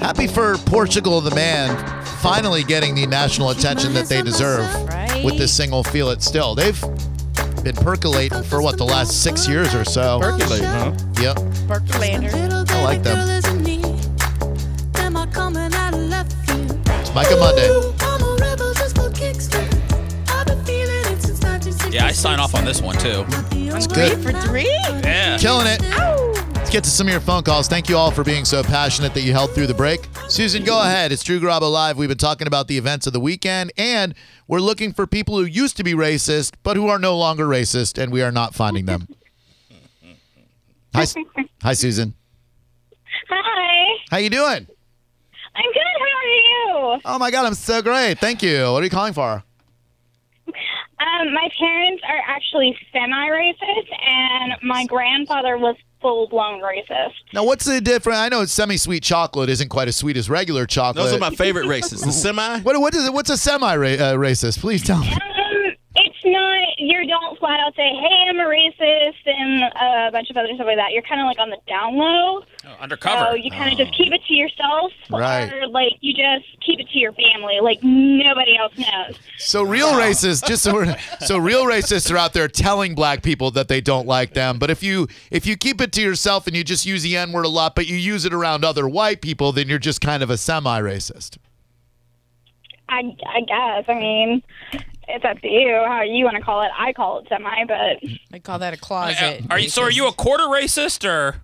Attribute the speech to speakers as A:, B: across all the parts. A: Happy for Portugal the man finally getting the national attention that they deserve
B: Right.
A: with this single Feel It Still. They've been percolating for what, the last six years or so?
C: Percolate, huh?
A: Yep.
B: Berkelander.
A: I
D: I
A: like
D: like
A: them.
D: them.
A: It's Micah Monday.
C: Yeah, I sign off on this one too.
D: That's
A: good.
B: Three for three?
C: Yeah.
A: Killing it.
B: Ow.
A: Let's get to some of your phone calls. Thank you all for being so passionate that you held through the break. Susan, go ahead. It's Drew Garabo Live. We've been talking about the events of the weekend, and we're looking for people who used to be racist, but who are no longer racist, and we are not finding them. Hi, Su- hi, Susan.
E: Hi.
A: How you doing?
E: I'm good. How are you?
A: Oh my God, I'm so great. Thank you. What are you calling for?
E: Um, my parents are actually semi racist, and my grandfather was full blown racist.
A: Now, what's the difference? I know semi-sweet chocolate isn't quite as sweet as regular chocolate.
C: Those are my favorite races. The semi.
A: what, what is it? What's a semi-racist? Please tell me.
E: Um, it's not, you don't flat out say, hey, I'm a racist, and uh, a bunch of other stuff like that. You're kind of like on the down low.
C: Oh, undercover.
E: So you kind of just keep it to yourself.
A: Right.
E: Or, like, you just keep it to your family. Like, nobody else knows.
A: So real racists, just so, we're, so real racists are out there telling black people that they don't like them. But if you if you keep it to yourself and you just use the N word a lot, but you use it around other white people, then you're just kind of a semi-racist.
E: I, I guess. I mean, it's up to you how you want to call it. I call it semi, but.
B: I call that a
C: Uh,
B: closet.
C: are you, so are you a quarter racist or?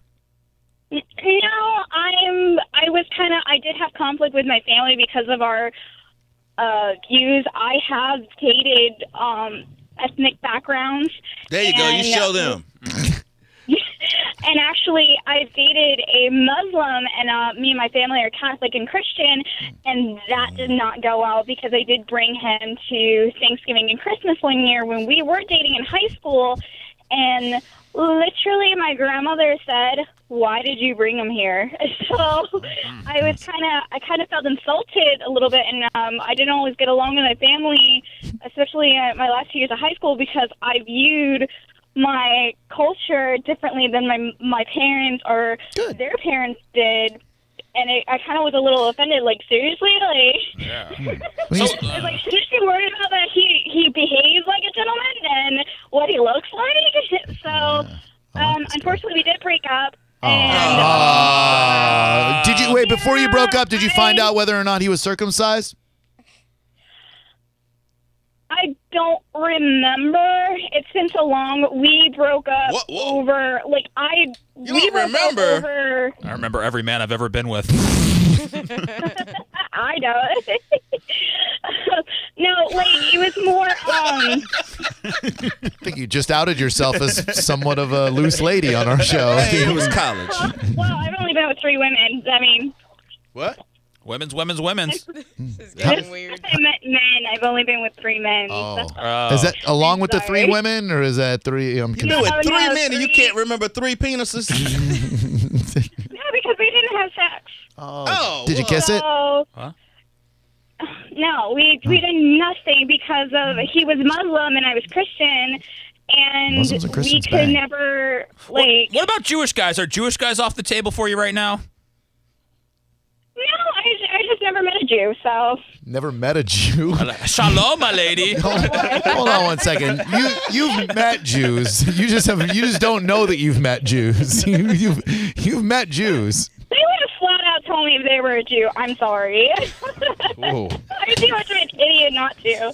E: No, I'm. I was kind of. I did have conflict with my family because of our uh, views. I have dated um, ethnic backgrounds,
C: There you
E: go. You And- uh, show
C: them.
E: and actually, I've dated a Muslim, and uh, me and my family are Catholic and Christian, and that did not go well because I did bring him to Thanksgiving and Christmas one year when we were dating in high school, and literally my grandmother said, "Why did you bring him here?" So I was kind of, I kind of felt insulted a little bit, and um, I didn't always get along with my family, especially at my last few years of high school because I viewed my culture differently than my my parents or their parents did. And it, I kind of was a little offended. Like seriously, like
C: So,
E: I was
C: uh,
E: like, should she worry about that? He he behaves like a gentleman and what he looks like. So, um, unfortunately, we did break up. And
A: Uh, did you wait before you broke up? Did you find out whether or not he was circumcised?
E: I don't remember. It's been so long. We broke up
C: What- what?
E: over like I. we
C: don't
E: broke up
C: remember?
E: Over,
C: I remember every man I've ever been with.
E: I don't. no, like it was more. Um,
A: I think you just outed yourself as somewhat of a loose lady on our show.
C: college.
E: um, well, I've only been with three women. I mean,
C: What? Women's, women's, women's.
B: This is getting weird.
E: I met men. I've only been with three men.
A: Oh.
C: Uh,
A: Is that along with the three
E: Sorry.
A: women, or is that three? I'm
E: No,
A: confused.
E: it. Three no, men and you three. can't
C: remember three penises.
E: No, because we didn't have sex.
A: Oh, did you kiss it?
E: So.
C: Huh?
E: No, we we did nothing because of he was Muslim and I was Christian, and
A: Muslims and
E: we
A: Christians
E: could
A: bang.
E: never like.
C: What about Jewish guys? Are Jewish guys off the table for you right now?
E: No, I, I just never met a Jew, so
A: Never met a Jew.
C: Shalom, my lady.
A: Hold on one second. You you've met Jews. You just have you just don't know that you've met Jews. You, you've you've met Jews.
E: they would have flat out told me if they were a Jew. I'm sorry. I'd be much of an idiot not to.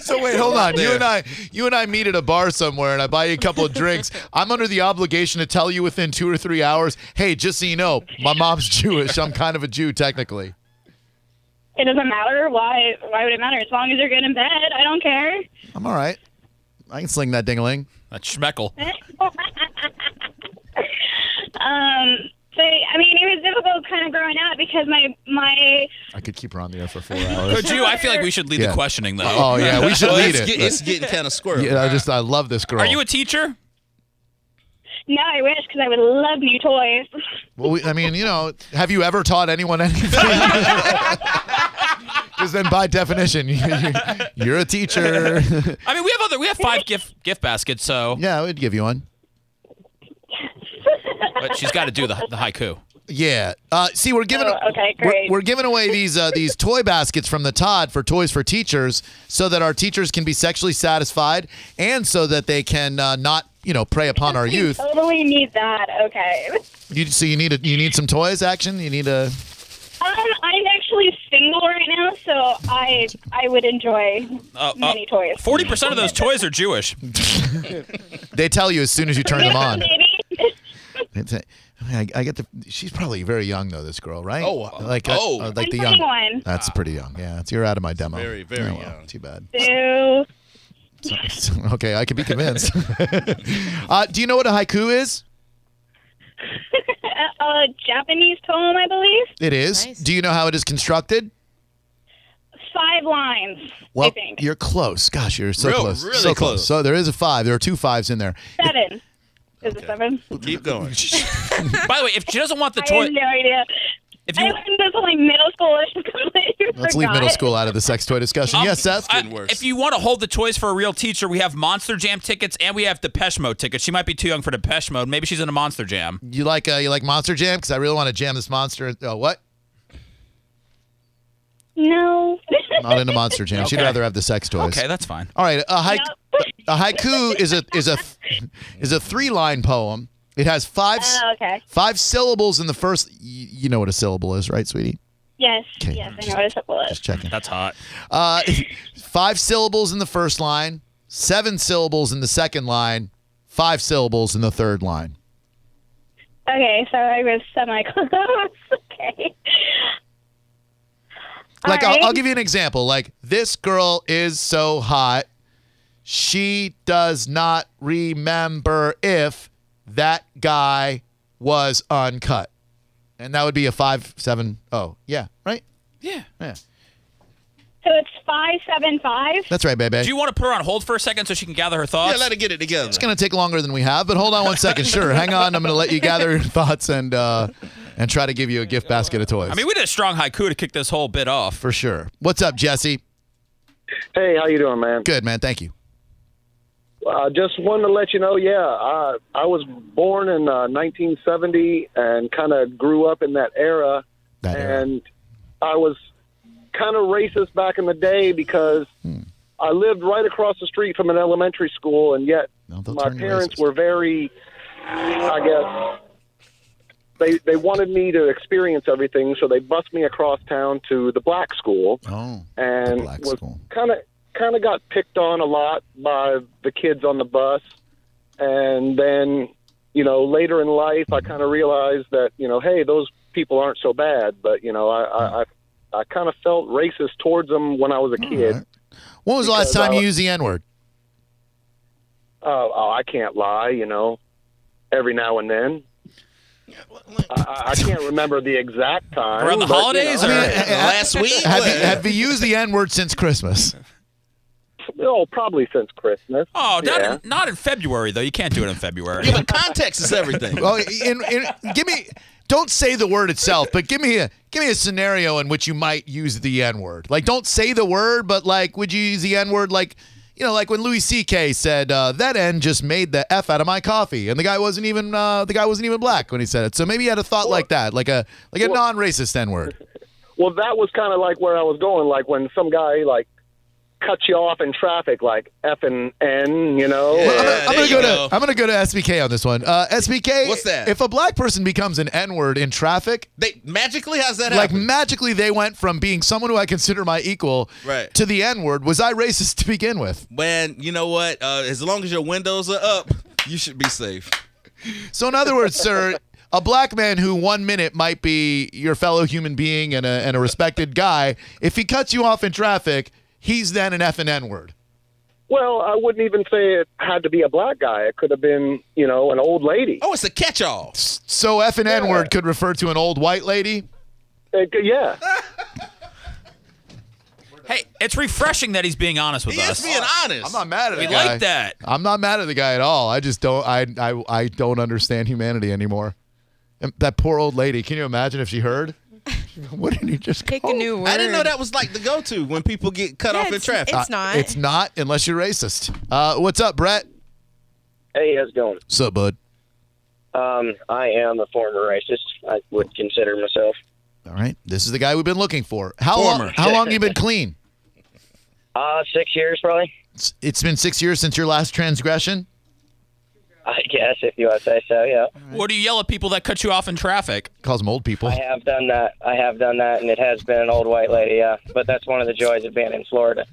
A: So wait, hold on. You and I you and I meet at a bar somewhere and I buy you a couple of drinks. I'm under the obligation to tell you within two or three hours, hey, just so you know, my mom's Jewish. I'm kind of a Jew technically.
E: It doesn't matter. Why? Why would it matter? As long as you're good in bed, I don't care.
A: I'm all right. I can sling that ding-a-ling.
C: That schmeckle.
E: Um, so I mean, it was difficult kind of growing up because my my
A: I could keep her on the air for four hours.
C: Could you? I feel like we should lead
A: Yeah.
C: the questioning though.
A: Oh yeah, we should lead
F: it's,
A: it.
F: get- it's getting kind of squirrely.
A: yeah, I just I love this girl.
C: Are you a teacher?
E: no, I wish because I would love new toys.
A: Well, we, I mean, you know, have you ever taught anyone anything? Because then, by definition, you, you, you're a teacher.
C: I mean, we have other. We have five gift gift baskets, so
A: yeah, I would give you one.
C: but she's got to do the, the haiku.
A: Yeah. Uh, see, we're giving
E: Oh, okay,
A: we're-
E: great.
A: We're, giving away these uh, these toy baskets from the Todd for Toys for Teachers, so that our teachers can be sexually satisfied, and so that they can uh, not you know prey upon our youth.
E: Totally need that. Okay.
A: You, so you need a, you need some toys action. You need a
E: Um, I'm actually single right now, so I I would enjoy many toys.
C: Uh, Forty percent of those toys are Jewish.
A: they tell you as soon as you turn them on.
E: Maybe.
A: It's a- I, I get the. She's probably very young though. This girl, right?
F: Oh, uh,
A: like uh,
F: oh.
A: uh, like
E: I'm
A: the young.
E: 21.
A: That's pretty young. Yeah, it's, you're out of my demo.
F: very, very
A: Oh, well,
F: young.
A: Too bad.
E: So,
A: okay, I can be convinced. uh, do you know what a haiku is?
E: a, uh, a Japanese poem, I believe.
A: It is.
B: Nice.
A: Do you know how it is constructed?
E: Five lines. I
A: Well,
E: think
A: you're close. Gosh, you're so
F: Real-
A: close.
F: really
A: so
F: close.
A: So there is a five. There are two fives in there.
E: seven. Is it seven?
F: Keep going.
C: By the way, if she doesn't want the
E: I
C: toy,
E: have no idea.
C: if
E: I
C: you
E: learned this like middle school. I completely
A: Let's leave
E: forgot.
A: middle school out of the sex toy discussion.
C: Um,
A: yes, Seth.
C: I-
F: Getting worse.
C: if you want to hold the toys for a real teacher, we have Monster Jam tickets and we have Depeche Mode tickets. She might be too young for Depeche Mode. Maybe she's in a Monster Jam.
A: you like uh, you like Monster Jam? Because I really want to jam this monster. Oh, what?
E: No.
A: Not into Monster Jam. She'd
C: Okay.
A: rather have the sex toys.
C: Okay, that's fine.
A: All right. A, haik-
E: Nope.
A: a haiku is a is a is a three line poem. It has five s-
E: Oh, okay.
A: five syllables in the first. y- you know what a syllable is, right, sweetie?
E: Yes.
A: Okay.
E: Yes, I know what a couple is.
A: Just checking.
C: That's hot.
A: Uh, five syllables in the first line, seven syllables in the second line, five syllables in the third line.
E: Okay, so I was semi close. okay.
A: Like,
E: All
A: I'll, I'll
E: right.
A: give you an example. Like, this girl is so hot, she does not remember if that guy was uncut. And that would be a five, seven, oh, yeah, right?
C: Yeah.
A: Yeah.
E: So it's five seven five.
A: That's right, baby.
C: Do you want to put her on hold for a second so she can gather her
F: yeah,
C: thoughts?
F: let her get it together.
A: It's going to take longer than we have, but hold on one second. Sure, hang on. I'm going to let you gather your thoughts and uh, and try to give you a gift basket of toys.
C: I mean, we did a strong haiku to kick this whole bit off.
A: for sure. What's up, Jesse?
G: Hey, how you doing, man?
A: Good man, thank you.
G: Uh, just wanted to let you know, yeah, I I was born in uh, 1970 and kind of grew up in that era,
A: That era.
G: and I was kind of racist back in the day because
A: Hmm.
G: I lived right across the street from an elementary school, and yet
A: No, they'll
G: my
A: turn you
G: parents
A: racist.
G: were very, I guess. They, they wanted me to experience everything, so they bused me across town to the black school
A: Oh,
G: and
A: The black
G: was
A: school.
G: kind of kind of got picked on a lot by the kids on the bus and then you know later in life i kind of realized that you know hey those people aren't so bad but you know i i, I I kind of felt racist towards them when I was a kid.
A: right. when was the last
G: because
A: time
G: I
A: you
G: was-
A: used the N word?
G: Oh, oh, I can't lie, you know, every now and then. I- I, I can't remember the exact time.
C: Around the
G: but, you
C: holidays
G: know.
C: or-
F: Last week?
A: Have you, have you used the N word since Christmas?
G: oh, probably since Christmas.
C: Oh, not,
G: yeah.
C: in, not in February, though. You can't do it in February.
F: yeah, but context is everything.
A: Oh, in, in, give me. Don't say the word itself, but give me a give me a scenario in which you might use the N word. Like, don't say the word, but like, would you use the N word? Like, you know, like when Louis C.K. said uh, that N just made the F out of my coffee, and the guy wasn't even uh, the guy wasn't even black when he said it. So maybe you had a thought like that, like a like a non-racist N word.
G: Well, that was kind of like where I was going. Like when some guy like cuts you off in traffic, like F and N, you know.
F: Yeah.
A: I'm, gonna- I'm
F: there
A: gonna
F: you
A: go,
F: go.
A: to I'm gonna go to SBK on this one. Uh, SBK,
F: What's that?
A: If a black person becomes an N word in traffic,
F: They magically how's that
A: like
F: happen?
A: magically they went from being someone who I consider my equal
F: Right.
A: to the N word. Was I racist to begin with?
F: Man, you know what? Uh, as long as your windows are up, you should be safe.
A: So in other words, sir. A black man who one minute might be your fellow human being and a, and a respected guy, if he cuts you off in traffic, he's then an F and N word.
G: Well, I wouldn't even say it had to be a black guy. It could have been, you know, an old lady.
F: Oh, it's a catch-all.
A: So F and N word could refer to an old white lady.
G: It could- yeah.
C: hey, it's refreshing that he's being honest with
F: He
C: us.
F: is being honest.
A: I'm not mad at
C: we
A: the guy.
C: like that.
A: I'm not mad at the guy at all. I just don't. I I, I don't understand humanity anymore. And that poor old lady. Can you imagine if she heard? what did you just
B: Pick
A: call
B: a new word.
F: I didn't know that was like the go-to when people get cut
B: Yeah,
F: off in
B: it's-
F: traffic.
B: it's not.
A: It's not unless you're racist. Uh, what's up, Brett?
G: Hey, how's it going?
A: What's up, bud?
H: Um, I am a former racist. I would consider myself.
A: All right. This is the guy we've been looking for. How long?
F: Former.
A: How long you been clean?
H: Uh, six years probably.
A: It's- it's been six years since your last transgression.
H: I guess if you want to say so. Yeah,
C: What do you yell at people that cut you off in traffic?
A: Calls them old people.
H: I have done that. I have done that, and it has been an old white lady. Yeah, but that's one of the joys of being in Florida.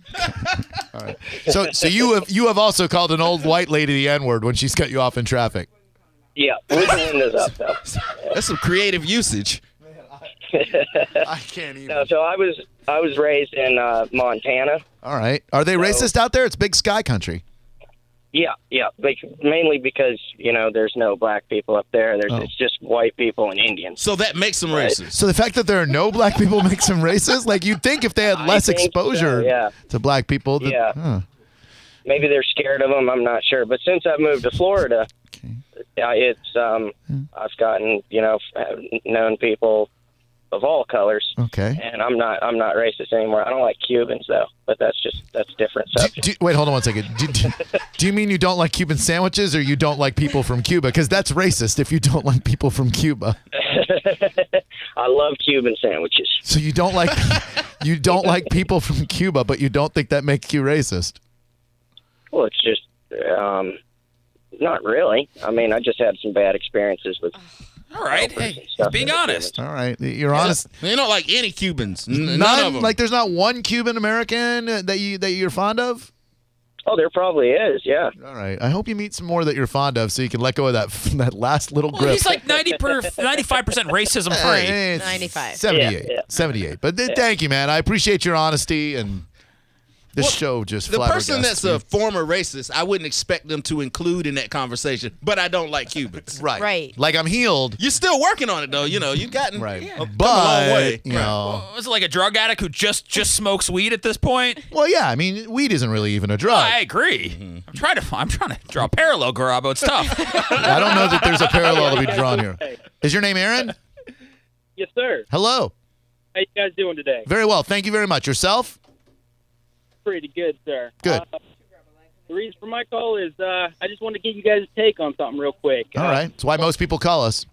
A: So, so you have you have also called an old white lady the N word when she's cut you off in traffic.
H: Yeah, with the windows up though.
F: That's some creative usage.
A: I can't even.
H: No, so I was I was raised in uh, Montana.
A: All right. Are they racist out there? It's big sky country.
H: Yeah, yeah, like mainly because you know there's no black people up there. There's
A: Oh.
H: it's just white people and Indians.
F: So that makes them racist.
A: So the fact that there are no black people makes them racist. Like you'd think if they had less
H: think so,
A: exposure
H: yeah.
A: to black people. That,
H: Yeah.
A: huh.
H: Maybe they're scared of them. I'm not sure. But since I've moved to Florida, uh, it's um, I've gotten you know f- known people of all colors.
A: Okay.
H: And I'm not I'm not racist anymore. I don't like Cubans though, but that's just that's a different
A: Do-
H: subject.
A: do- wait, hold on one second. Do, do- do you mean you don't like Cuban sandwiches, or you don't like people from Cuba? Because that's racist if you don't like people from Cuba.
H: I love Cuban sandwiches.
A: So you don't like you don't like people from Cuba, but you don't think that makes you racist.
H: Well, it's just um, not really. I mean, I just had some bad experiences with
C: All right. Hey,
H: stuff
C: being
H: that-
C: honest.
A: All right, you're honest.
F: They don't like any Cubans. N- none, of
A: None
F: them.
A: like there's not one Cuban American that you that you're fond of.
H: Oh, there probably is. Yeah.
A: All right, I hope you meet some more that you're fond of, so you can let go of that that last little grip.
C: Well, he's like 90 per, 95% racism free.
A: Eh, it's
B: 95.
A: 78
H: Yeah, yeah.
A: 78 but th- thank you man i appreciate your honesty and this show just
F: the person
A: flabbergasted
F: that's
A: me.
F: a former racist, I wouldn't expect them to include in that conversation. But I don't like Cubans.
A: right
B: Right.
A: like i'm healed
F: You're still working on it though. You know, you've gotten
A: right
F: yeah, come
A: but
F: a long way.
A: you know
C: Was it like a drug addict who just just smokes weed at this point?
A: well yeah i mean weed isn't really even a drug
C: I agree.
B: mm-hmm.
C: I'm trying to I'm trying to draw a parallel, Garabo. It's tough.
A: i don't know that there's a parallel to be drawn here is your name aaron
I: Yes, sir.
A: hello
I: How you guys doing today?
A: very well thank you very much yourself
I: Pretty good, sir.
A: Good.
I: Uh, the reason for my call is uh, I just wanted to get you guys' take on something real quick.
A: all
I: Uh,
A: right that's why most people call us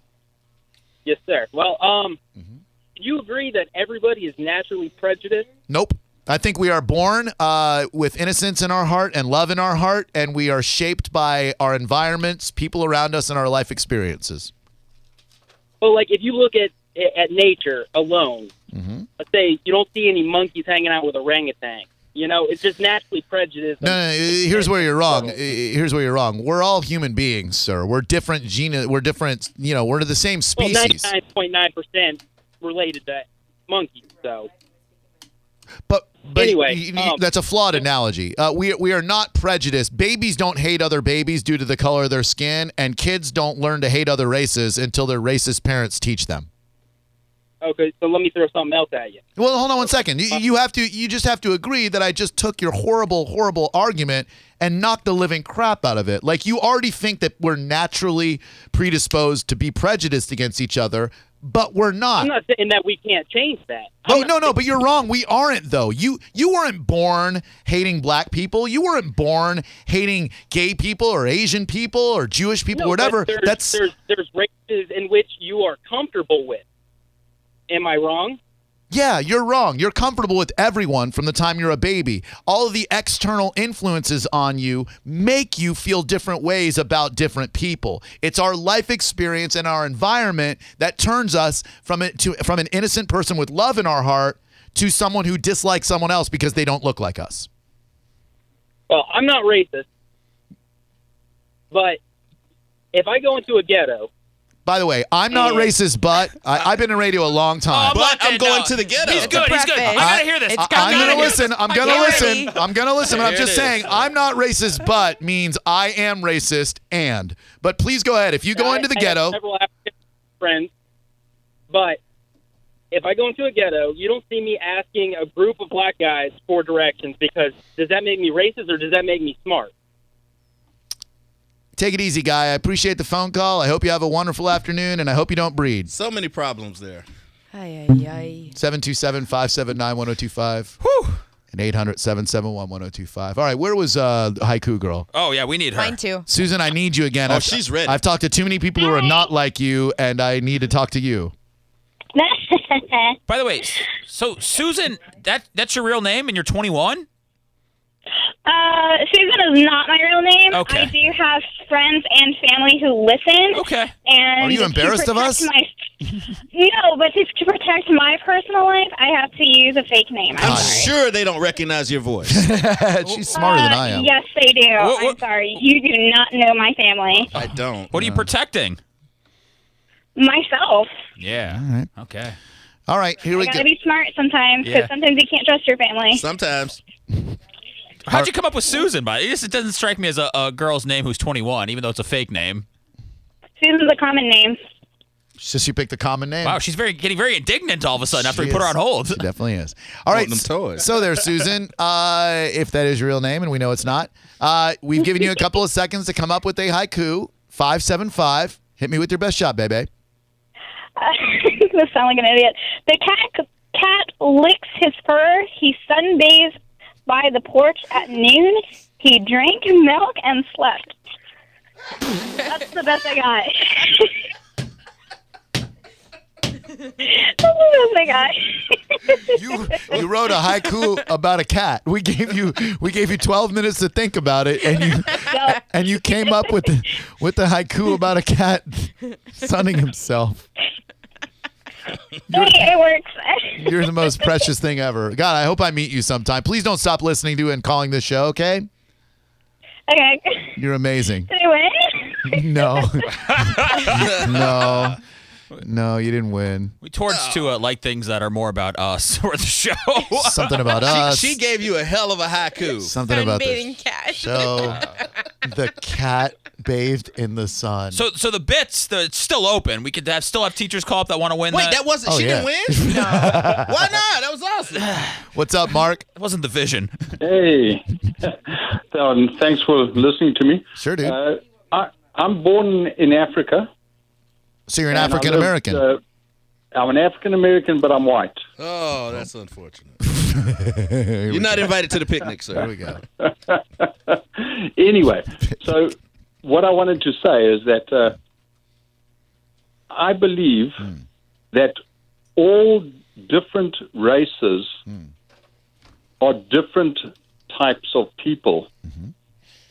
I: Yes, sir. Well, um,
A: Mm-hmm.
I: do you agree that everybody is naturally prejudiced?
A: Nope. I think we are born uh, with innocence in our heart and love in our heart, and we are shaped by our environments, people around us, and our life experiences.
I: Well, like if you look at at nature alone,
A: Mm-hmm.
I: let's say you don't see any monkeys hanging out with orangutan. You know, it's just naturally prejudiced.
A: No, no, no, here's where you're wrong. Uh, Here's where you're wrong. We're all human beings, sir. We're different gene. We're different. You know, we're the same
I: well,
A: species.
I: ninety-nine point nine percent related to monkeys. So
A: But, but
I: Anyway,
A: y- y-
I: um,
A: that's a flawed analogy. Uh, we we are not prejudiced. Babies don't hate other babies due to the color of their skin, and kids don't learn to hate other races until their racist parents teach them.
I: okay, so let me throw something else at you.
A: Well, hold on
I: Uh,
A: one second. You, you have to. You just have to agree that I just took your horrible, horrible argument and knocked the living crap out of it. Like you already think that we're naturally predisposed to be prejudiced against each other, but we're not.
I: I'm not saying that we can't change that. I'm
A: Oh
I: not
A: no, no, but you're wrong. We aren't though. You you weren't born hating black people. You weren't born hating gay people or Asian people or Jewish people,
I: No,
A: whatever.
I: but There's,
A: That's
I: there's there's races in which you are comfortable with. Am I wrong?
A: Yeah, you're wrong. You're comfortable with everyone from the time you're a baby. All of the external influences on you make you feel different ways about different people. It's our life experience and our environment that turns us from it to from an innocent person with love in our heart to someone who dislikes someone else because they don't look like us.
I: Well, I'm not racist, but if I go into a ghetto,
A: By the way, I'm not
I: Yeah.
A: racist, but I, I've been in radio a long time.
F: But
C: Locked
F: I'm
C: in,
F: going
C: no.
F: to the ghetto.
C: He's good. He's good.
B: preface.
C: I, gotta hear this.
B: It's
C: I
B: got-
A: I'm
B: gotta
A: gonna
B: hear
A: listen.
B: this.
A: I'm gonna
B: Vulgarity.
A: listen. I'm gonna listen. But I'm
F: There
A: just
F: it is.
A: saying, I'm not racist, but means I am racist and. But please go ahead. If you go
I: I-
A: into the
I: I have
A: ghetto,
I: several African friends, but if I go into a ghetto, you don't see me asking a group of black guys for directions because does that make me racist or does that make me smart?
A: take it easy, guy. I appreciate the phone call. I hope you have a wonderful afternoon, and I hope you don't breed.
F: So many problems there.
B: Ay, ay, ay.
A: 727-579-1025.
C: Whew.
A: and 800 771 1025. All right, where was uh, Haiku Girl?
C: Oh yeah, we need her.
B: Mine too.
A: Susan, I need you again.
F: Oh,
A: I've,
F: she's ready.
A: I've talked to too many people who are not like you, and I need to talk to you.
C: By the way, s- so Susan, that that's your real name, and you're 21.
E: Uh, Susan is not my real name.
C: Okay.
E: I do have friends and family who listen.
C: Okay.
E: And
A: Are you
E: to
A: embarrassed of
E: protect
A: us?
E: My, no, but to, to protect my personal life, I have to use a fake name. Uh, I'm
F: I'm
E: sorry.
F: sure they don't recognize your voice.
A: She's smarter than
E: Uh,
A: I am.
E: Yes, they do.
C: What- what-
E: I'm sorry. You do not know my family.
F: I don't.
C: What are you protecting?
E: Myself.
C: Yeah.
A: All right.
C: Okay.
A: All right, here
E: You
A: we go.
E: gotta be smart sometimes because
C: Yeah.
E: sometimes you can't trust your family.
F: Sometimes.
C: How'd you come up with Susan? By this, it doesn't strike me as a, a girl's name who's 21, even though it's a fake name.
E: Susan's a common name.
A: So she picked the common name.
C: Wow, she's very getting very indignant all of a sudden after
A: She
C: we put her
A: is.
C: on hold.
A: She definitely is. All right.
F: Wanting them toys.
A: So there, Susan. Uh, if that is your real name, and we know it's not, uh, we've given you a couple of seconds to come up with a haiku. Five seven five. Hit me with your best shot, baby.
E: I'm gonna sound like an idiot. The cat cat licks his fur. He sunbathes by the porch at noon. He drank milk and slept. That's the best I got. That's the best I got.
A: You you wrote a haiku about a cat. We gave you we gave you twelve minutes to think about it, and you and you came up with the, with the haiku about a cat sunning himself.
E: Hey, it works.
A: You're the most precious thing ever. God, I hope I meet you sometime. Please don't stop listening to and calling this show, okay?
E: okay.
A: You're amazing.
E: Did I win?
A: No. no. No, you didn't win.
C: We towards to uh, like things that are more about us or the show.
A: Something about us.
F: She gave you a hell of a haiku.
A: something about
B: Sunbathing
A: this
B: cat.
A: show. the cat bathed in the sun.
C: so so the bits, the, it's still open. We could have, still have teachers call up that want to win.
F: Wait, that wasn't.
A: Oh,
F: she
A: yeah.
F: didn't win? Why not? That was awesome.
A: What's up, Mark?
C: That wasn't the vision.
G: Hey, um, thanks for listening to me.
A: Sure, dude.
G: Uh, I, I'm born in Africa.
A: so you're an
G: and I lived,
A: African American.
G: uh, I'm an African American, but I'm white.
F: Oh, that's unfortunate. You're not invited to the picnic, sir.
A: Here we go.
G: Anyway, so what I wanted to say is that uh, I believe that all different races are different types of people.
A: Mm-hmm.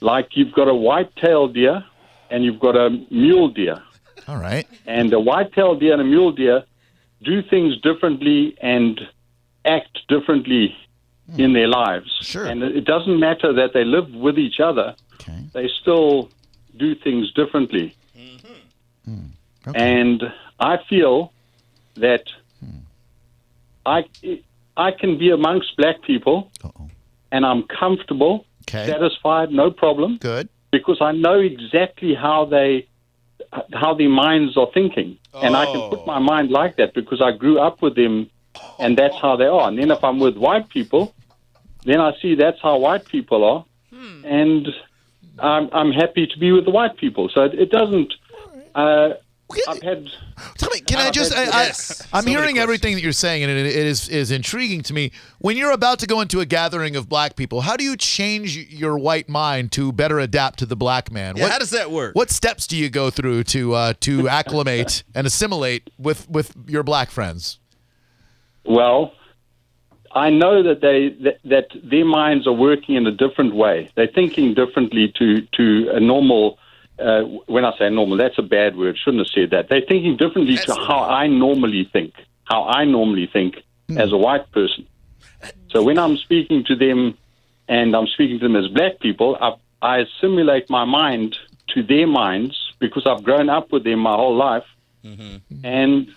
G: Like you've got a white-tailed deer and you've got a mule deer.
A: All right.
G: And a white-tailed deer and a mule deer do things differently and act differently in their lives.
A: Sure.
G: And it doesn't matter that they live with each other;
A: Okay.
G: they still do things differently.
A: Okay.
G: And I feel that I I can be amongst black people,
A: Uh-oh.
G: and I'm comfortable,
A: Okay.
G: satisfied, no problem,
A: Good.
G: because I know exactly how they how their minds are thinking, and I can put my mind like that because I grew up with them, and that's how they are. And then if I'm with white people, then I see that's how white people are, and I'm I'm happy to be with the white people. So it, it doesn't. Uh, I've had
A: Tell me, can I just? I, I,
F: Uh, Yes.
A: I'm
F: So many
A: hearing everything that you're saying, and it, it is is intriguing to me. When you're about to go into a gathering of black people, how do you change your white mind to better adapt to the black man?
F: Yeah, how does that work?
A: What steps do you go through to uh, to acclimate and assimilate with with your black friends?
G: well. I know that they that, that their minds are working in a different way. They're thinking differently to to a normal. Uh, when I say normal, that's a bad word. Shouldn't have said that. They're thinking differently to how I normally think. How I normally think as a white person. So when I'm speaking to them, and I'm speaking to them as black people, I, I assimilate my mind to their minds because I've grown up with them my whole life, and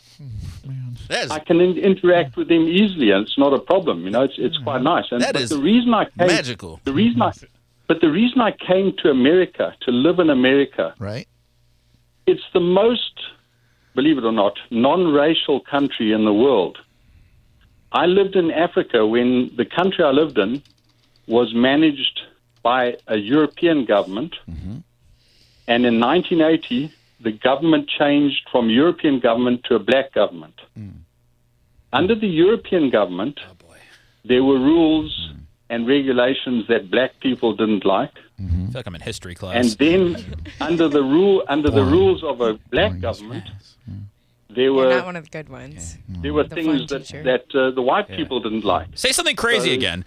F: That is,
G: I can in- interact with them easily, and it's not a problem. You know, it's it's quite nice. And
F: That
G: but
F: is
G: the reason I came,
F: magical.
G: The reason I, but the reason I came to America to live in America,
A: Right?
G: it's the most, believe it or not, non-racial country in the world. I lived in Africa when the country I lived in was managed by a European government, and in 1980 the government changed from European government to a black government. Under the European government, there were rules and regulations that black people didn't like.
C: I feel like I'm in history class.
G: And then, under the rule, under the rules of a black government, there
B: You're
G: were
B: not one of the good ones.
G: there were
B: The
G: things
B: fun
G: that
B: teacher.
G: that uh, the white people didn't like.
C: Say something crazy again.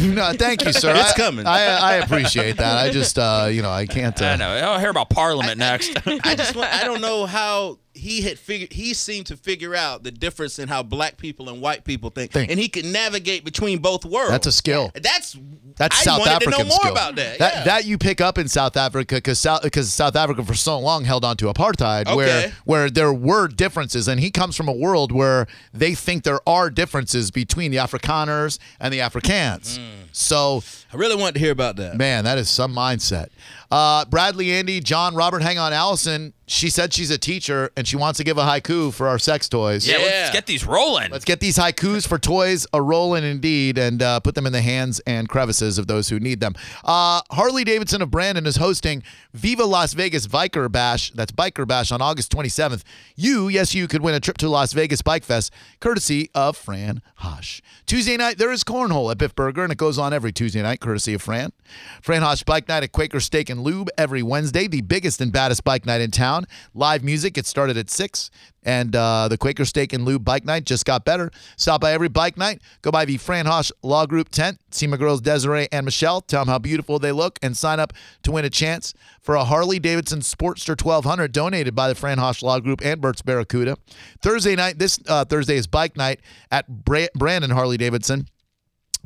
A: no, thank you, sir.
F: It's
A: I-
F: coming.
A: I, I appreciate that. I just, uh, you know, I can't. Uh,
C: I know. I'll hear about Parliament next.
F: I just want, I don't know how he had figured he seemed to figure out the difference in how black people and white people think,
A: Think.
F: and he could navigate between both worlds.
A: That's a skill.
F: That's
A: That's
F: I
A: South
F: wanted
A: African
F: to know more
A: skill.
F: about that.
A: That,
F: yeah.
A: that you pick up in South Africa because South, 'cause South Africa for so long held on to apartheid, where
F: Okay.
A: where there were differences, and he comes from a world where they think there are differences between the Afrikaners and the
F: Hmm.
A: Afrikaans. So,
F: I really wanted to hear about that.
A: man, that is some mindset. Uh, Bradley, Andy, John, Robert, hang on, Allison. She said she's a teacher and she wants to give a haiku for our sex toys.
C: yeah,
F: Yeah.
C: let's get these rolling.
A: Let's get these haikus for toys a rolling indeed and uh, put them in the hands and crevices of those who need them. Uh, Harley Davidson of Brandon is hosting Viva Las Vegas Biker Bash. That's Biker Bash on August 27th. You, yes, you could win a trip to Las Vegas Bike Fest courtesy of Fran Hosh. Tuesday night, there is cornhole at Biff Burger, and it goes on every Tuesday night courtesy of Fran. Fran Hosh Bike Night at Quaker Steak and Lube every Wednesday, the biggest and baddest bike night in town. Live music, it started at 6. And uh, the Quaker Steak and Lube Bike Night just got better. Stop by every bike night. Go by the Fran Hosh Law Group tent. See my girls Desiree and Michelle. Tell them how beautiful they look and sign up to win a chance for a Harley Davidson Sportster 1200 donated by the Fran Hosh Law Group and Burt's Barracuda. Thursday night, this uh, Thursday is bike night at Bra- Brandon Harley Davidson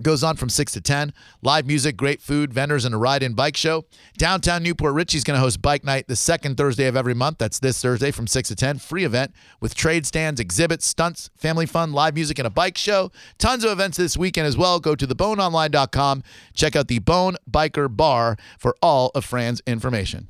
A: goes on from 6 to 10. Live music, great food, vendors, and a ride in bike show. Downtown Newport Richie's going to host Bike Night the second Thursday of every month. That's this Thursday from 6 to 10. Free event with trade stands, exhibits, stunts, family fun, live music, and a bike show. Tons of events this weekend as well. Go to theboneonline.com. Check out the Bone Biker Bar for all of Fran's information.